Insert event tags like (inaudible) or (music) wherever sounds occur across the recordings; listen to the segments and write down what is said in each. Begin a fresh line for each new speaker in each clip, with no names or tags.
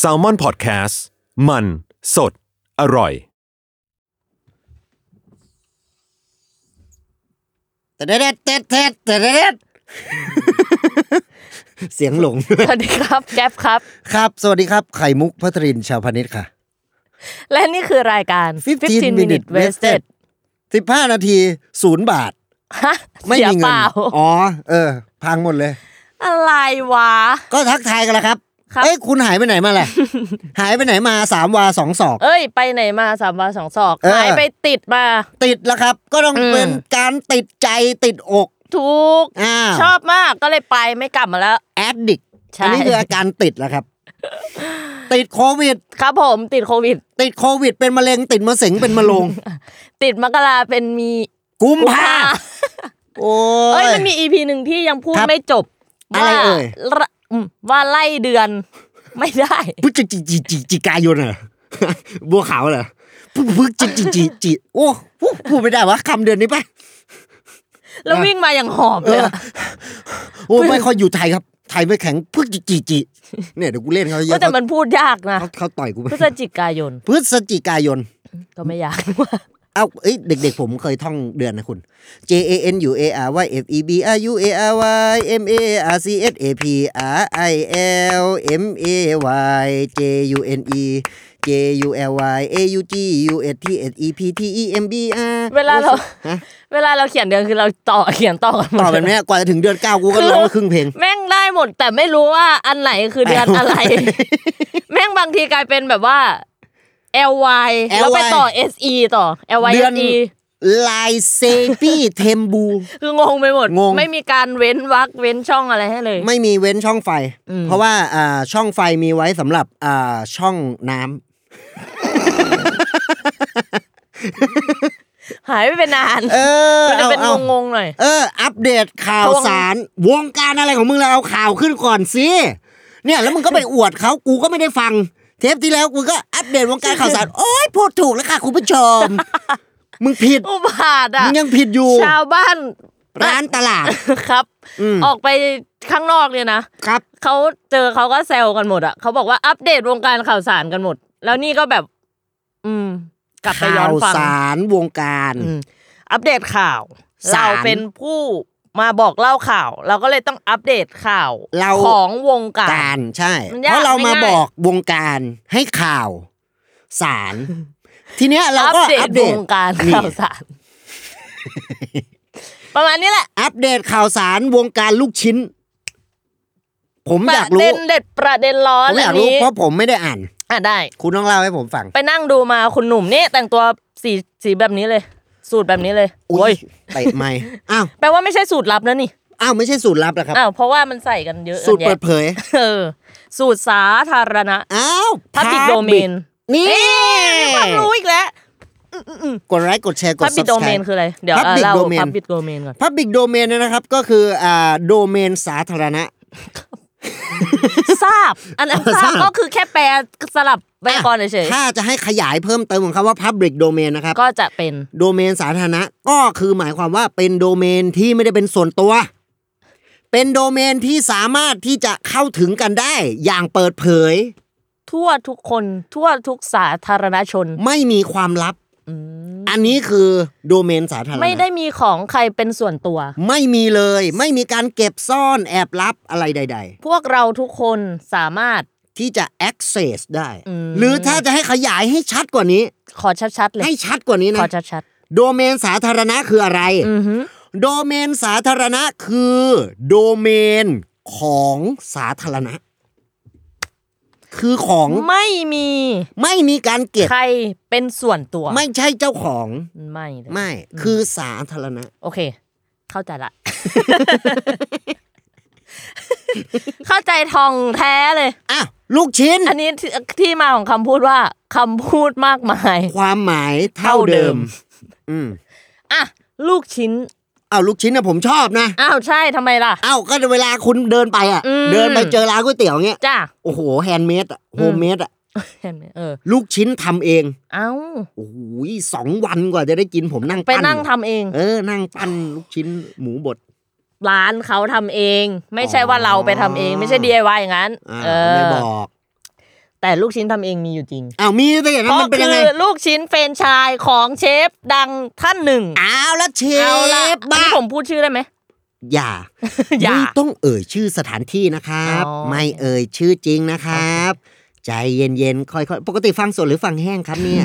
s a l ม o n PODCAST มันสดอร่อย
เตดเตดเตดเตดเตดเตดเสียงหลง
สวัสดีครับแก๊ปครับ
ครับ สวัสดีครับ ไข่มุกพัทรินชาวพานิชย์ค่ะ
และนี่คือรายการ
15 minute wasted 15 นาทีศูนย์บาท
(laughs) ฮะ
ไม่มี
สียเป
เงิน
ล่า
อ๋อ เออ พังหมดเลย
อะไรวะ
ก็ทักทายกันแล้วครับ
ครับ
เอ้ยคุณหายไปไหนมาแหละ หายไปไหนมาสามวาสองศอก
เอ้ย ไปไหนมาสามวันสองศอก
เออ
หายไปติดมา
ติดแล้วครับ ก็ต้อง
อืม
เป็นการติดใจติดอก
ทุก
อ่า
ชอบมากก็เลยไปไม่กลับมาแล้ว
แอดดิก
ใช่
อันี้คืออาการติดแล้วครับ ติดโควิด
ครับผมติดโควิด
ติดโควิด เป็นมะเร็งติดมะเสงเป็นมะโรง
ติดมกราเป็นมี
กุมภาโอ้
เอ้
ย
ยมันมีอีพีหนึ่งที่ยังพูด
ครับ
ไม่จบ
อะไร
ว่า
เอ่ย
ระอืมว่าไล่เดือน (laughs) ไม่ได้
พฤศจิจิจิจิกายนเหรอ (laughs) บัวขาวเหรอพฤศจิจิจิจิโอ้พูดพูดไม่ได้วะคำเดือนนี้ปะ
แล้ววิ่งมาอย่างหอบเลยอะ
โอ้ไม่ค่อยอยู่ไทยครับ ไทยไม่แข็งพฤศจิจิจิเนี่ยเดี๋ยวกูเล่นเขาเย
ก็
อะ
แต่
เขา
มันพูดยากนะ
เขาเขาต่อยกู
พฤศจิกายน
พฤศจิกายน
ก็ไม่ยาก (laughs)
เอ้าเอ้ยเด็ก ๆ ผมเคยท่องเดือนนะคุณ J A N U A R Y F E B R U A R Y M A R C S A P R I L M A Y J U N E J U L Y A U G U S T S E P T E M B R
เวลาเรา
ฮะ
เวลาเราเขียนเดือนคือเราต่อเขียนต่อกันหมด
ต่อแบบเนี้ยกว่าจะถึงเดือนเก้ากูก็ร้องครึ่งเพลง
แม่งได้หมด แต่ไม่รู้ว่าอันไหนคือ
(laughs)
เดือน
แปลว่า
อะไร แม่งบางทีกลายเป็นแบบว่า L Y แล้วไปต่อ S E ต่อ L Y
เดือน
S E
ลายเซ
(laughs)
ปี้เทมบู
คืองงไปหมด
งง
ไม่มีการเว้นวรรคเว้นช่องอะไรให้เลย
ไม่มีเว้นช่องไฟ
อืม
เพราะว่าอ่าช่องไฟมีไว้สำหรับอ่าช่องน้ำ
หายไปเป็นนาน
เออ
มันจะ
เอา
เป็น
เอา
งงๆหน่อย
เออ อัปเดตข่าวสาร วงการอะไรของมึงเราเอาข่าวขึ้นก่อนสิเนี่ยแล้วมึงก็ไปอวดเขากูก็ไม่ได้ฟัง เทปที่แล้วกูก็อัปเดตวงการข่าวสาร โอ้ยพูดถูกแล้วค่ะคุณผู้ชม มึงผิด
อุบาทอ่ะ
มึงยังผิดอยู่
ชาวบ้าน
ร้านตลาด
ครับ
อืม
ออกไปข้างนอกเนี่ยนะ
ครับ
เขาเจอเขาก็แซวกันหมดอะเขาบอกว่าอัปเดตวงการข่าวสารกันหมด แล้วนี่ก็แบบ อืม กลับไปย้อ
ข่าน ว
ฟัง
สารวงการ
อืมอัปเดตข่าว
สา
เรา
ร
เป็นผู้มาบอกเล่าข่าว เราก็เลยต้องอัปเดตข่าว
เรา
ของวงการ
การใช่
มันยาก
เพราะเรามา
ไม่ง่าย
บอกวงการให้ข่าวสาร ทีเนี้ยเราก็อั
อั
ป
ป
เดต
เดตวงการ
นี่
ข่าวสาร ประมาณนี้แหละ
อัปเดตข่าวสารวงการลูกชิ้น ผม
ป
อ
ระ
ยากรู้
เด็นเด็ดประเด็นร้อน
ผมอยาก
อัน
รู้
นี้
เพราะผมไม่ได้อ่าน
อ่ะได้
คุณต้องเล่าให้ผมฟัง
ไปนั่งดูมาคุณหนุ่มนี่แต่งตัวสีสีแบบนี้เลย สูตรแบบนี้เลยโอ้ย
เตะไม่อ้าว
แปลว่าไม่ใช่สูตรลับนะนี่
อ้าวไม่ใช่สูตรลับนะครับ
อ้าวเพราะว่ามันใส่กันเยอะ
สูตร
อัน
เปิ
เนี้ย
ดเผย
เออสูตรสาธารณะ
อ้าว
พับบิกโดเมน
นี่
ความรู้อีกแล้ว
กดไลค์กดแชร์กด
พับบิกโดเมน
subscribe
คืออะไร เดี๋ยว
Public
เล่า
Domain
พับบิกโดเมนก่อน
พับบิกโดเมนนะครับ ก็คืออ่าโดเมนสาธารณะ
ทราบ อันนั้นท
ท
รา
รา
บบ ก็คือแค่แปลสลับไวยากรณ์เฉย
ถ้าจะให้ขยายเพิ่มเติมของคำว่า Public Domain นะครับ
ๆก็จะเป็น
โดเมนสาธารณะก็คือหมายความว่าเป็นโดเมนที่ไม่ได้เป็นส่วนตัว เป็นโดเมนที่สามารถที่จะเข้าถึงกันได้อย่างเปิดเผย
ทั่วทุกคนทั่วทุกสาธารณชน
ไม่มีความลับ
อืม
อันนี้คือโดเมนสาธารณะ
ไม่ได้มีของใครเป็นส่วนตัว
ไม่มีเลย ไม่มีการเก็บซ่อนแอบลับอะไรใด
พวกเราทุกคนสามารถ
ๆ ที่จะ access ได้
อืม
หรือถ้าจะให้ขยายให้ชัดกว่านี้
ขอชัดๆเลย
ให้ชัดกว่านี้
ข
นะ
อชัด
โดเมนสาธารณะคืออะไร
ๆอือฮึ
โดเมนสาธารณะคือโดเมนของสาธารณะ คือของ
ไม่มี
ไม่มีการเก็บ
ใครเป็นส่วนตัว
ไม่ใช่เจ้าของ
ไม่เลย
ไม่คือสาธารณะ
โอเค เข้าใจละ (laughs) เข้าใจทองแท้เลย
อ่ะ ลูกชิ้น
อันนี้ที่ที่มาของคำพูดว่าคำพูดมากมาย
ความหมายเท่าเดิม
เท่าเดิ
อืม
อ่ะ ลูกชิ้น
เอาลูกชิ้นนะผมชอบนะ
อ้าวใช่ทำไมล่ะ
เอ้าก็เวลาคุณเดินไปอ่ะ
อืม
เดินไปเจอร้านก๋วยเตี๋ยวเงี้ย
จ้า
โอ้โหแฮนด์เมดอ่ะ
อืม
โฮมเมดอ่ะ
เห็นไหมเออ
ลูกชิ้นทำเอง
เอ้า
โอ้โหสองวันกว่าจะได้กินผมนั่ง
ไป
ปั้น
นั่งทำเอง
เออนั่งปั้นลูกชิ้นหมูบด
ร้านเขาทำเอง ไม่ใช่ว่าเราไปทำเอง ไม่ใช่ DIY อย่างนั้น
อ่า
เอ
ไม่
อ
บอก
แต่ลูกชิ้นทำเองมีอยู่จริง
อ้าวมีแต่อย่างนั้
ก็
นมันเป็น
คื
ยังไง
อลูกชิ้นเฟรนไชายของเชฟดังท่านหนึ่ง
อ้าวแล้วเช
เอาละ
ฟ
อัน
บ้า
นี่ผมพูดชื่อได้ไหม (laughs)
อย่า
อย่า
ไม่ต้องเอ่ยชื่อสถานที่นะครับ
อ๋อ
ไม่เอ่ยชื่อจริงนะครับ ใจเย็นๆค่อยๆปกติฟังสดหรือฟังแห้งครับเนี่ย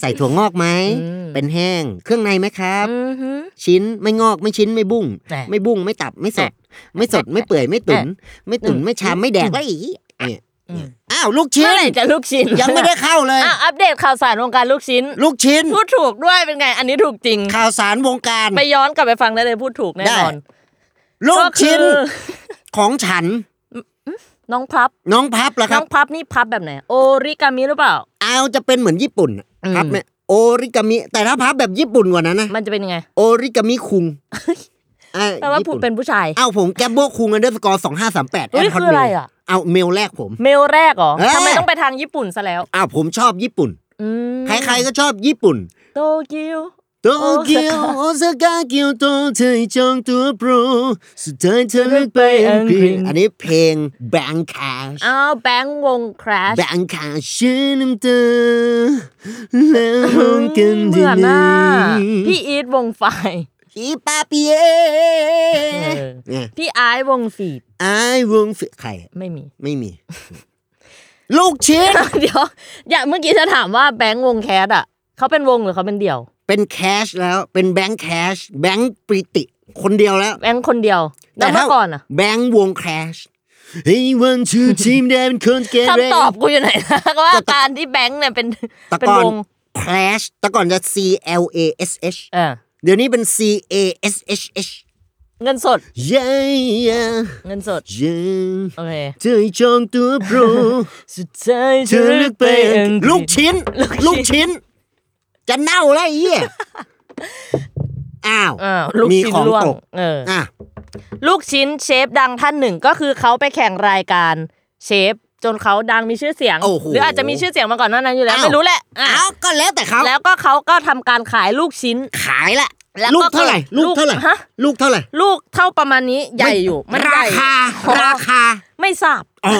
ใส่ถั่วงอกไหม
อืม
เป็นแห้งเครื่องในไหมครับ
อือหือ
ชิ้นไม่งอกไม่ชิ้นไม่บุ้ง
แหม่
ไม่บุ้งไม่ตับไม่สด ไม่สดไม่เปื่อยไม่ตุนไม่ตุนไม่ชามไม่แดกแล้วอีเนี่ย
อืม
อ้าวลูกชิ้
เมื่อน ไหร่จะลูกชิ้น
ยังไม่ได้เข้าเลย
อ่ะอัปเดตข่าวสารวงการลูกชิ้น
ลูกชิ้น
พูดถูกด้วยเป็นไง อันนี้ถูกจริง
ข่าวสารวงการ
ไปย้อนกลับไปฟังได้เลยพูดถูกแน่นอน
ได้ ลูกชิ้น
ก็คือ
ของฉัน
น้องพับ
น้องพับเหรอค
น้
รั
อบ งพับนี่พับแบบไหน โอริกามิหรือเปล่า
เอาจะเป็นเหมือนญี่ปุ่นอะ
อืม
พับเนี่ยโอริกามิ แต่ถ้าพับแบบญี่ปุ่นกว่านั้นนะ
มันจะเป็นยังไง
โอริกามิคุงอ่
แปลว่า
ญี่
ผู้
ปุ่น
เป็นผู้ชาย
เอ้าผมแกมโบคุงอันเดอร์สกอร์สองห้าสามแปด
เฮ้ยคืออะไรอะ
เอาเมลแรกผม
เมลแรกเหรอ
เอ้ย
ทำไมต้องไปทางญี่ปุ่นซะแล้ว
อ้าวผมชอบญี่ปุ่น
อืม
ใครๆก็ชอบญี่ปุ่น
โตเกียว
โตเกียว โอซาก้าเกียวโตเธอจองตัวโปรสุดท้ายเธอเลือกไปอังกฤษอันนี้เพลง Bang Cash
อ้าวแบงค์วงคราช
Bang Cash ชื่อน้ำตาแล้วมองกัน
เห
ดี
มือน
ไหม
น่ะพี่อีทวงไฟ
พี่ปาเปีย
อ
เนี่ย
พี่ไอายวงฟีด
ไอ้วงฟิใคร
ไม่มี
ไม่มี ลูกชิ้น
(laughs) เดี๋ยว อย่าเมื่อกี้จะถามว่าแบงค์วงแคสอ่ะเขาเป็นวงหรือเขาเป็นเดี่ยว
เป็นแคชแล้วเป็นแบงค์แคชแบงค์ปริติ คนเดียวแล้ว
แบงค์คนเดียวแล้ว
ถ้า
เมื่อก่อนอ่ะ
แบงค์วงแคชเฮ้ยวันชูทีมแดนคนเกเร
คำตอบกูอยู่ไหนนะ (laughs) ว่าการที่แบงค์เนี่ยเป็น
แต่
เป็น
ก่อน
วง
Clash แต่ก่อนจะ C L A S H
เออ
เดี๋ยวนี้เป็น C A S H H
เงินสด
yeah yeah
เงินสด
yeah
โอเค
เธอจองตัวโป
(laughs)
ร
สุดท้าย
เธอเลือกไป
อังฤษ
ลูกชิ้น
ลู
ลู
ก
ก
ชิ้
ชิ้
น
น จะเน่าแล้วไอ้เหี้ยอ้าว
อ่าลูก
มี
ชิ้
ข
น
อง
ล่วง
ตก
เออ
อ่ะ
ลูกชิ้นเชฟดังท่านหนึ่งก็คือเขาไปแข่งรายการเชฟจนเขาดังมีชื่อเสียง
โอ้โห
หรืออาจจะมีชื่อเสียงมาก่อนหน้านั้นอยู่แล้ว
อ้าว
ไม่รู้แหละอ่ะ
เอาก็แล้วแต่เขา
แล้วก็เขาก็ทำการขายลูกชิ้น
ขายละ
แล้ว
ลูก
ก็
เท่าไหร่
ลู
ลู
ก
กเท่าไหร่
ฮะ
ลูกเท่าไหร่
ลูกเท่าประมาณนี้ใหญ่อยู่มันให
รา
ญ่
คา
อ๋อ
ราคา
ไม่ทราบ
อ๋อ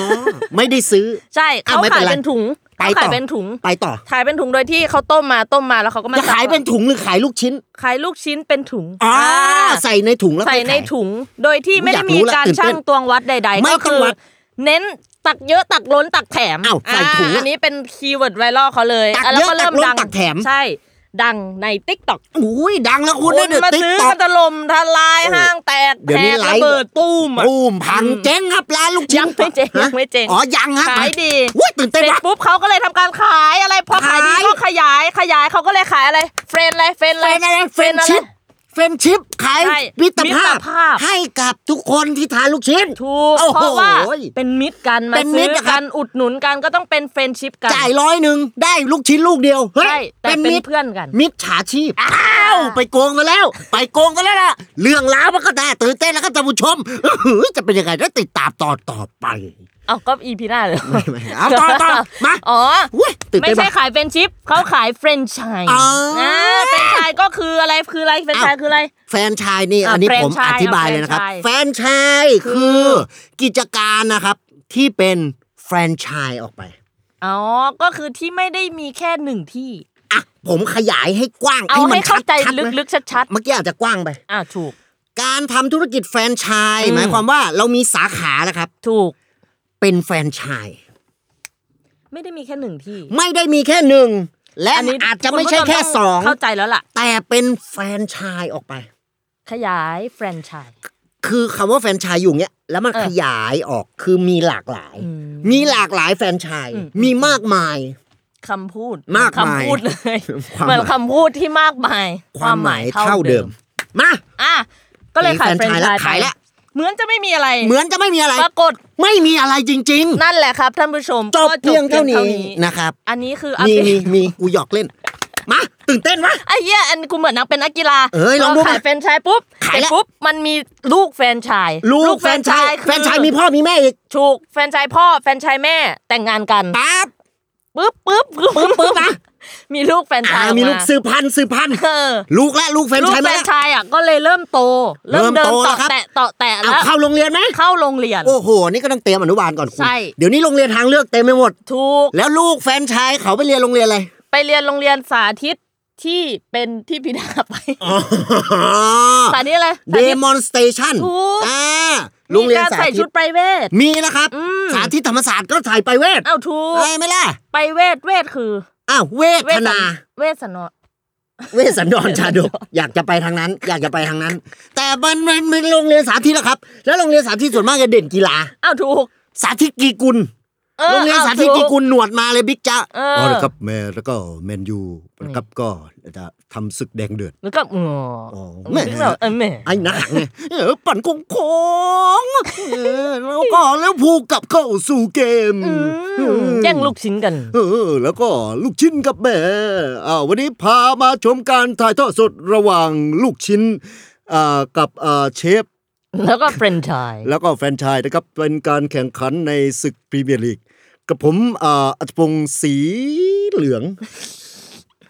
ไม่ได้ซื้อ
ใช่
อ้าว
เขา
ไม่เป็
ขานย
ไร
เป็นถุง
ไป
เขา
ต่อ
ขายเป็นถุง
ไปต่อ
ขายเป็นถุงโดยที่เขาต้มมาต้มมาแล้วเขาก็มา
จะขาย
ซับ
เป็นถุงหรือขายลูกชิ้น
ขายลูกชิ้นเป็นถุง
อ๋อ
อ่า
ใส่ในถุงแล้ว
ใส่
ค่อย
ใน
ขาย
ถุงโดยที่
อุ๊ย
ไม่
อ
ได้
ยากรู้
มี
ละ
การ
ตื่นเต้น
ชั่งตวงวัดใดๆ
ไม่
ก็
ต้อ
คื
ง
อ
วัด
เน้นตักเยอะตักล้นตักแถม
อ้าวใส่ถุงอะ
อันนี้เป็นคีย์เวิร์ดไวรัลเขาเลย
ตัก
อ่ะแล้ว
เยอะ
ก็เริ่ม
ตักล้น
ดัง
ตักแถม
ใช่ ดังในติ๊กต็อก
อุ้ยดังแล้วคุณได้เดือด
มา
ติ๊ก
ซื้อ
ต็อก
กันถล่มทลาย
โอ้
ห้างแตก
เดี๋ยว
แต
นี้
ก
ไล
ระ
ฟ์
เบิดตุ้มอะ
ปูมพัง
อืม
เจ๊งครับร้านลูกชิ้น
ยังไม่เจ๊ง
ฮะ
ยังไม่เจ๊ง
อ๋อยังครับ
ขายดี
อุ้ยตื่น
เส
เต้น
ร็จ
มาก
ปุ๊บเขาก็เลยทำการขายอะไรพอขายดี
ขาย
ก็ขยายขยายเขาก็เลยขายอะไรเฟรนอะไรเฟรนอะไร
เป็นอะไรเฟรนด์ชิปเฟรนด์ชิปขาย
ใช่
มิตรภา
มิต
พ
รภาพ
ให้กับทุกคนที่ทานลูกชิ้น
ถูก
โอ้โห
เพราะว่าเป็นมิตรกันมา
เป็นมิ
ซื้
ต
อ
รนะครับ
กันอุดหนุนกันก็ต้องเป็นเฟรนด์ชิพกัน
จ่ายร้อยหนึ่งได้ลูกชิ้นลูกเดียวเฮ้ย
ใช่แต่
เป็น
เป็น
มิตร
เพื่อนกัน
มิจฉาชีพ อ้าว ไปโกงกันแล้ว ไปโกงกันแล้วล่ะ เรื่องราวมันก็ได้ตื่นเต้นแล้วครับท่านผู้ชมอื้อหือจะเป็นยังไงแล้วติดตามตอนต่อ
(laughs)
ไป
เอาก็อีพีหน้าเลย
ไม่เอาต่อต่อมา
อ๋อ
อุ้ยตื่น
ไม่
เต้น
ใช่
มาก
ขายเฟรนด์ชิพเขาขายเฟรนไชาย
อ๋ออ่
นะเฟรนไชายก็คืออะไรคืออะไรเฟรนไชาย
อ้าว
คืออะไร
แฟรนไชายนี่
อ่ะ
อันนี้
แฟรน
ผม
ไชส์
อธิบายเลยนะครับ
อ่ะแฟ
แฟ
ร
ร
น
น
ไช
ไชา
ส์
ยคือ อ กิจการนะครับที่เป็นแฟรนไชายออกไป
อ๋อ ก็คือที่ไม่ได้มีแค่หนึ่งที่
อ่ะ ผมขยายให้กว้าง
เอา
มั
ให้เข้าใจ
ชัดๆนะ
ลึกๆชัด
เมื่อกี้อาจจะกว้างไป
ๆอ่ะถูก
การทำธุรกิจแฟรนไชาย
อืม
หมายความว่าเรามีสาขาแล้วครับ
ถูก
เป็นแฟรนไชาย
ไม่ได้มีแค่หนึ่งที่
ไม่ได้มีแค่หนึ่ง และ
อันนี้
อาจจะไม่
ณผู้
ใช่แค่
ต้
สอง
เข้าใจแล้วล่ะ
แต่เป็นแฟรนไชายออกไป
ขยายแฟรนไชส์
คือคำว่าแฟรนไชายอยู่เนี้ยแล้วมัน
เออ
ขยายออกคือมีหลากหลาย
อืม
มีหลากหลายแฟรนไชาย
อืม
มีมากมาย
คำพูด
มากมาย
คำพูดเลย
ความหมาย
เหมือนคำพูดที่มากมาย
ความหมายเท่าเดิม มา
อ่ะก็เลยขาย
มี
แฟรน
แฟรนไชส์แล้ว
ไชส์ไป
ขายแล้ว
เหมือนจะไม่มีอะไร
เหมือนจะไม่มีอะไร
ปรากฏ
ไม่มีอะไรจริง
นั่นแหละครับท่านผู้ชม
ๆ จบ
ก็
เพียงเท่านี้นะครับ
อันนี้คืออัป
มี
เด
มี
ต
มีกูหยอกเล่น มาตื่นเต้นวะ
ไอ้เหี้ยอันกูเหมือนนักเป็นนักกีฬา
เอ้ยลองดู
พขายแฟรนไชส์ปุ๊บ
ขายแล้ว
เสร็จปุ๊บมันมีลูกแฟรนไชส์
ลูกแฟรนไชาย
คือ
แฟรนไชายมีพ่อมีแม่อีก
ถูกแฟรนไชส์พ่อแฟรนไชส์แม่แต่งงานกัน
ปั๊บ
ปึ๊บปึ๊บปึ๊บ
ปึ๊บปึ๊บนะ
มีลูกแฟนชา
อ่าย
ออก
มีลูก
า
สืบพันธุ์สืบพันธุ์
เออ
ลูกและลูกแฟรน
ลูก
ไชาย
แฟ
มาน แล้ว
ชายอ่ะก็เลยเริ่มโต เริ่ม
เริ่
เดิ
ม
น
โตแล้
ต่อ
วครับ
แตะต่อแตะ
เอา
แล้ว
เข้าโรงเรียนไหม
เข้าโรงเรียน
โอ้โห นี่ก็ต้องเตรียมอนุบาลก่อนคุณ
ใช่
เดี๋ยวนี้โรงเรียนทางเลือกเต็มไปหมด
ถูก
แล้วลูกแฟรนไชายเขาไปเรียนโรงเรียนอะไร
ไปเรียนโรงเรียนสาธิตที่เป็นที่พิดาไป สาธิตอะไร
เด
สาธิต
มอนสเตชัน
ถูก
อ่าโรงเรียน
มีการ
สา
ใส่
ธิ
ชุ
ต
ดไปเวท
มีนะครับ
อืม
สาธิตธรรมศาสตร์ก็ใส่ไปเวท
เอ้าถูก
ไอ้ไม่ล่ะ
ไปเวทเวทคือ
อ้าวเว
เว
ท
สั
นา
นเวสนอ
เวสสันดรชาดก อยากจะไปทางนั้น อยากจะไปทางนั้น แต่มันมันมันโรงเรียนสาธิตแล้วครับ แล้วโรงเรียนสาธิตส่วนมากจะเด่นกีฬา
เอ้าถูก
สาธิตกีกุล
ออ
โรงเรียน
อ้
สาธิตกีกุ
ถู
ลหนวดมาเลยบิ๊กจ๊ะ
เอออ๋
อนะครับแม่แล้วก็แมนยูนะครับก็จะทำศึกแดงเดือด
แล้วก็อ๋อ
อ๋อ
แม่
แม่
เออแม่
ไอ้หนังเนี่ยเออปั่นคงคงเออแล้วก็แล้วผูกกลับเข้าสู่เกม
อืม
เออ
แย่งลูกชิ้นกัน
เออแล้วก็ลูกชิ้นกับแม่อ่าวันนี้พามาชมการถ่ายทอดสดระหว่างลูกชิ้นอ่ากับอ่าเชฟ
แล้วก็เฟรนช์ชาย
แล้วก็แฟรนไชายนะครับ เป็นการแข่งขันในศึกพรีเมียร์ลีก กับผมอ่าอัจฉพงศ์สีเหลือง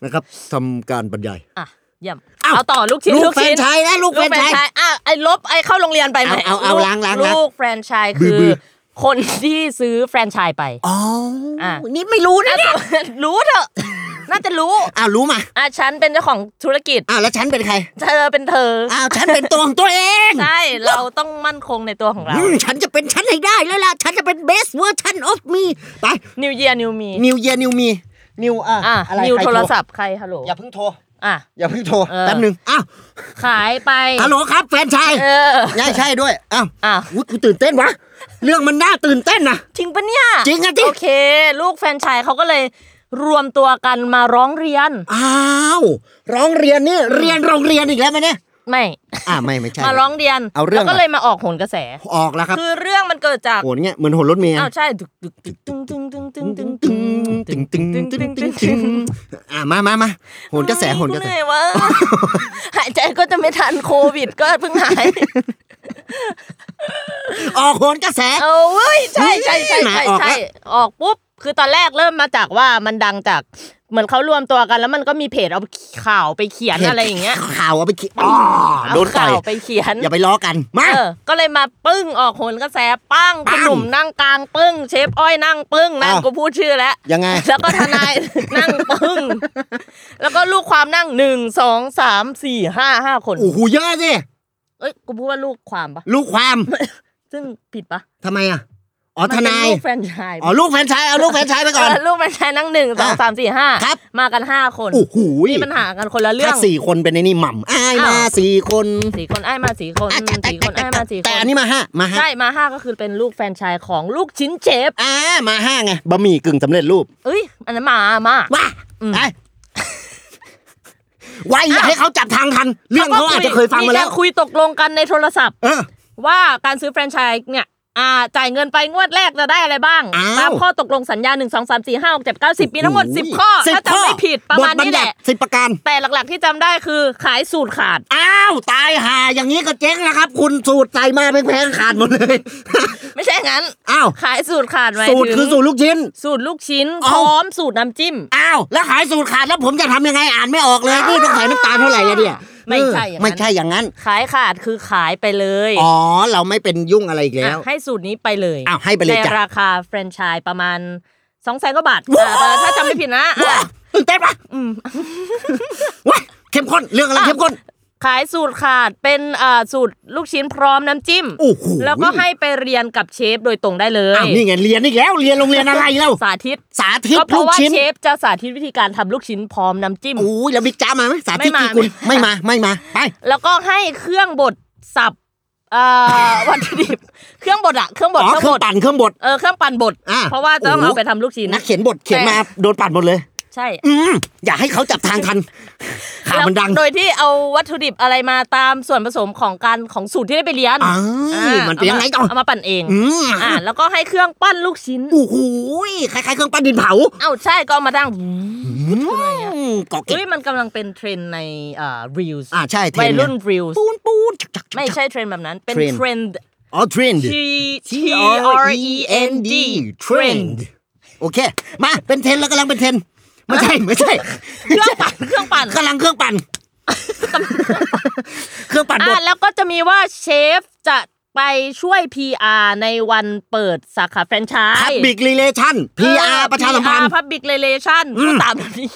นะครับทำการบรรยาย
อ่ะเยี่ยม
อ้าว
เอาต่อลูกชิ้น
ลูก
ลูก
แฟร
ชิ้
น
น
ไชายนะลูกแฟรนไชาย
ช์อ่ะไอ้ลบไอ้เข้าโรงเรียนไปไหม
เอาเอาเอาล้างล้างล้าง
ลูกแฟรนไชาย
บื้
คือ อ
บื้อ
คนที่ซื้อแฟรนไชาย
(laughs)
ไป
อ๋ออะ นี่ไม่รู้นะเนี่ย
รู้เถอะ น่าจะรู้
อ้าวรู้มา
อ่ะฉันเป็นเจ้าของธุรกิจ
อ้าวแล้วฉันเป็นใคร
เธอเป็นเธอ
อ้าวฉันเป็นตัวของตัวเอง
ใช่ เราต้องมั่นคงในตัวของเรา
อืมฉันจะเป็นฉันให้ได้แล้วล่ะ ฉันจะเป็น best version of me ไป
New Year New Me
New Year New Me New อ่ะ
อ่ะ
อะไร
New
ใค
โทร
โ
ศัพท์ใครฮัลโหล
อย่าเพิ่งโทร
อ่ะ
อย่าเพิ่งโทร
เออ
แป๊บหนึ่งอ้าว
ขายไป
ฮัลโหลครับ แฟนชาย
เออ
ใช่ใช่ด้วย อ้าว
อ่ะ
อุ๊ยกูตื่นเต้นวะ เรื่องมันน่าตื่นเต้นนะ
จริงปะเนี่ย
จริงอะดิ
โอเค ลูกแฟรนไชายเขาก็เลยรวมตัวกันมาร้องเรียน
อ้าวร้องเรียนนี่เรียนโรงเรียนอีกแล้วไหมเนี่ย
ไม่
อ่าไม่ไม่ใช่
มาร้องเรียน
เอาเรื่อง
แล้วก็เลยมาออกโหนกระแส
ออกแล้วครับ
คือเรื่องมันเกิดจาก
โหนเงี้ยเหมือนโหนรถเมล์อะ
อ้าวใช่ตึกตึกตึกตึงตึงตึงตึงตึงตึ
ตึ
ง
ง
ตึ
ตึ
ง
ง
ตึ
ตึ
ง
ง
ตึ
ตึงตึ
งตึ
งตึง
งตึงตึ
ตึ
ง
งอ่ามามามาโหนกระแสโหนกระ
เห
แส
นื่อยวะ หายใจก็จะไม่ทันโควิด ก็เพิ่งหาย
ออกโหนกระแส
เอาเว้ยใช่ใช่ใช่
ไหน
ใช่
ออก
ใช่
ละ
ออกปุ๊บ คือตอนแรกเริ่มมาจากว่ามันดังจาก เหมือนเขารวมตัวกันแล้วมันก็มีเพจเอาข่าวไปเขียนอะไรอย่างเงี้ย
ข่าวเอาไปคิดอ๋อ
เอา
โดนต่
ข่า
อยว
ไปเขียน
อย่าไปล้อกัน มา
เออ ก็เลยมาปึ้งออกโหนกระแสปั้ง
ปั้
คุณ
ง
หนุ่มนั่งกลางปึ้ง เชฟอ้อยนั่งปึ้งนั่น
อ้าว
กูพูดชื่อแล้ว
ยังไง
แล้วก็ทนาย นั่งปึ้
(laughs)
ง แล้วก็ลูกความนั่งหนึ่งสองสามสี่ห้าห้าคน
โอ้โหเยอะสิ
เอ้ยกูพูดว่าลูกความปะ
ลูกความ
ซึ่งผิดปะ
ทำไมอ่ะอ๋อทนาย
มัเป็ลูกแฟรนไชส์ปะ
อ๋อลูกแฟนชายเอาลูกแฟนชายไปก่อน
เออลูกเป็นชายนั่งหนึ่งสอง
อ่ะ
สามสี่ห้า
ครับ
มากันห้าคน
โอ้โห
มีปัญหากันคนละเรื่อ
ถ้าง สี่คนเป็นในนี่หม่ำอ้ายมา
อ้าว
สี่คน
สี่คนไอ้ายมาสี่คน
อ่ะแต่
สี่คนไอ้ายมาสี่คน
แต่อันนี้มาห้ามาห้า
ใช่มาห้าก็คือเป็นลูกแฟรนไชายของลูกชิ้นเชฟ
อ่ามาห้าไงบะหมี่กึ่งสำเร็จรูป
เอ้ย อันนั้นมามา
ว้า
อืม
ไอ้ไว้อย่าให้เขาจับทางทัน เรื่องเขาอาจจะเคยฟังมาแล้ว
กรคุยตกลงกันในโทรศัพท์
เออ
ว่าการซื้อแฟรนไชส์เนี่ยอ่าจ่ายเงินไปงวดแรกจะได้อะไรบ้าง
อ้าว
ตามข้อตกลงสัญญาหนึ่งสองสามสี่ห้าหกเจ็ดเก้าสิบมีทั้งหมดสิบ
โโ
ข้อ
สิบ
ถ้า
ข้อ
จำไม่ผิดประมาณ
บท
นี้แห
ญัติ
ละ
สิบประการ
แต่หลักๆที่จำได้คือขายสูตรขาด
อ้าว ตายห่าอย่างนี้ก็เจ๊งนะครับ คุณสูตรใส่มาแพงๆขาดหมดเลย (laughs)
ไม่ใช่งั้น
อ้าว
ขายสูตรขาดไว้
สูตร
ถึง
คือสูตรลูกชิ้น
สูตรลูกชิ้นพ
เอ้า
ร้อมสูตรน้ำจิ้ม
อ้าว แล้วขายสูตรขาดแล้วผมจะทำยังไงอ่านไม่ออกเลยนี่ต้องขายน้ำตาลเท่าไหร่อะเนี่ย
ไม่ใช่อย่าง
เออ
นั้น
ไม่ใช่อย่างนั้น
ขายขาดคือขายไปเลย
อ๋อ เราไม่เป็นยุ่งอะไรอีกแล้ว
อ่ะให้สูตรนี้ไปเลย
อ้าวให้ไปเลยจ้ะ
ในราคาแฟรนไชส์ประมาณสองแสนกว่าบาท
ว้าย
อ่ะถ้าจำไม่ผิดนะ
ว้า
อ่ะ
ตื่นเต้นปะว้าเข้มข้นเรื่องอะไรเข้มข้น
ขายสูตรขาดเป็นอ่าสูตรลูกชิ้นพร้อมน้ำจิ้ม
โอ้โห
แล้วก็ให้ไปเรียนกับเชฟโดยตรงได้เลย
อ้าวนี่ไงเรียนอีกแล้วเรียนโรงเรียนอะไรแล้ว
สาธิต
สาธิต
ก็เพ
ลู
ราะ
ก
ว่า
ชิ้น
เชฟจะสาธิตวิธีการทำลูกชิ้นพร้อมน้ำจิ้ม
โอ้ยแล้วบิ๊กจ้ามาไหมสาธิต
ไม่มา
กีกุลไม่มาไม่มาไป
แล้วก็ให้เครื่องบดสับเอ่อ (laughs) วัตถุดิบเครื่องบดอะเครื่องบด
อ๋อ
เครื่อ
เครื่อ
งบ
ง
ด
ปั่นเครื่องบด
เออเครื่องปั่นบด
อ่ะ
เพราะว่าจะต้อง
โอ้โห
เอาไปทำลูกชิ้น
นักเขียนบทเขียนมาโดนปัดหมดเลย
ใช่
อืมอย่าให้เขาจับทางทันข่าวมันดัง
แล้วโดยที่เอาวัตถุดิบอะไรมาตามส่วนผสมของการของสูตรที่ได้ไปเรียน
อ้า
อ่ะ
วมันเป็นยังไงต่อ
เอามาเอามาปั่นเอง
อืม
อ่าแล้วก็ให้เครื่องปั้นลูกชิ้น
โอ้โหคล้ายๆเครื่องปั้นดินเผา
เอ้าใช่ก็เอามาตั้ง
อืมเกาะเก็บ
เฮ้ยมันกำลังเป็นเทรนด์ในเอ่อ reels
อ่าใช่เทร
วัย
นด์
รุ่น
เนี่ย
reels
ปูนปูนชักชักชัก
ไม่ใช่เทรนด์แบบนั้นเป็น
เทรนด์
เทรนด์
อ๋อเทรนด์
T T R E N D
trend โอเค มาเป็นเทรนด์แล้วกำลังเป็นเทรนด์ ไม่ใช่ไม่ใช่ (laughs)
เครื่องปั่นเครื่องปั่น
กำลังเครื่อง (laughs) ปั่น เครื่องปั่นบ
อ่ะ
ด
แล้วก็จะมีว่าเชฟจะไปช่วย PR ในวันเปิดสาขาแฟรนไชส์
พับบิกรีเลชั่นพีอาประชาสัมพันธ์
พับบิกเรเลชั่น
อืม
ตามแบบนี้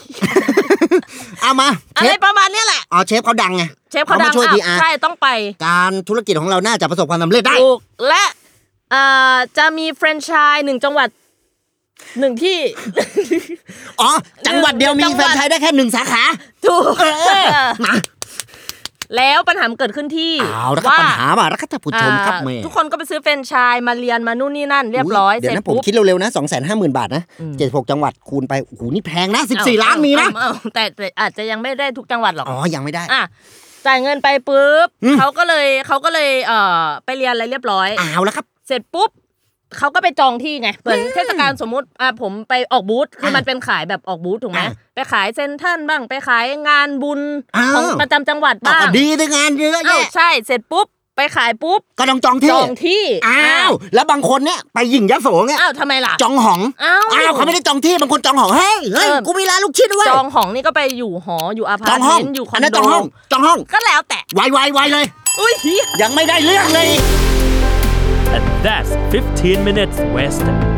เอามา
อะ
เช
ไร
ฟ
ประมาณเนี้ยแหละ
เอาเชฟเขาดังไง
เชฟเขาดัง
มช่วย
อ่ะ
PR
ใช่ต้องไป
การธุรกิจของเราน่าจะประสบความสำเร็จได้
ถูกและเอ่อจะมีแฟรนไชส์หนึ่งจังหวัดหนึ่งที่
อ๋อ จังหวัดเดียวมีแฟรนไชายได้แค่หนึ่งสาขา
ถูก
เออมา
แล้วปัญหามันเกิดขึ้นที่
เอาละครับปัญหาบ่ารักท่านผู้ชมครับ
อ่า
เมย์
ทุกคนก็ไปซื้อแฟรนไชส์มาเรียนมานู่นนี่นั่นเรียบร้อย
เดี๋ยว
เสร็
นะ
จ
ผม
ปุ๊บ
คิดเร็วๆนะสองแสนห้าหมื่นบาทนะเจ็ดหกจังหวัดคูณไป โอ้โห นี่แพงนะสิบสี่
เอ
ล้านมีนะ
เอเอแต่แต่อาจจะยังไม่ได้ทุกจังหวัดหรอก
อ๋อ ยังไม่ได้
อ่ะจ่ายเงินไปปุ๊บ
อืม
เขาก็เลยเขาก็เลยเอ่อไปเรียนอะไรเรียบร้อย
เอาละครับ
เสร็จปุ๊บเขาก็ไปจองที่ไงเหมือนเทศกาลสมมุติอ่ะผมไปออกบูธคือมันเป็นขายแบบออกบูธถูกไหม
อ่ะ
ไปขายเซนทรันบ้างไปขายงานบุญ
อ้าว
ของประจำจังหวัด
อ้า
บ้าง
วดีด้วยงานเยอะ
อ้าว
แยะ
ใช่เสร็จปุ๊บไปขายปุ๊บ
ก็ต้องจอง
จ
ที่
องที่
อ้าว แล้วบางคนเนี่ยไปหยิ่งยะโสเนี่ย
อ้าวทำไมล่ะ
จองหอง
อ้าว
อ้าวเขาไม่ได้จองที่บางคนจองหองเฮ้ยเฮ้ย
เออ
กูมีร้านลูกชิ้นด้วย
จองหองนี่ก็ไปอยู่หออยู่อาพา
จ
ร์
อ
ต
ง
เม
ห้อง
นต์อยู่คอ
อั
น
นนั้น
โด
จองห้องจองห้อง
ก็แล้วแต่
ไวไวไวเลย
อุ้ยเหี้ย
ยังไม่ได้เรื่องเลย
And that's 15 minutes west.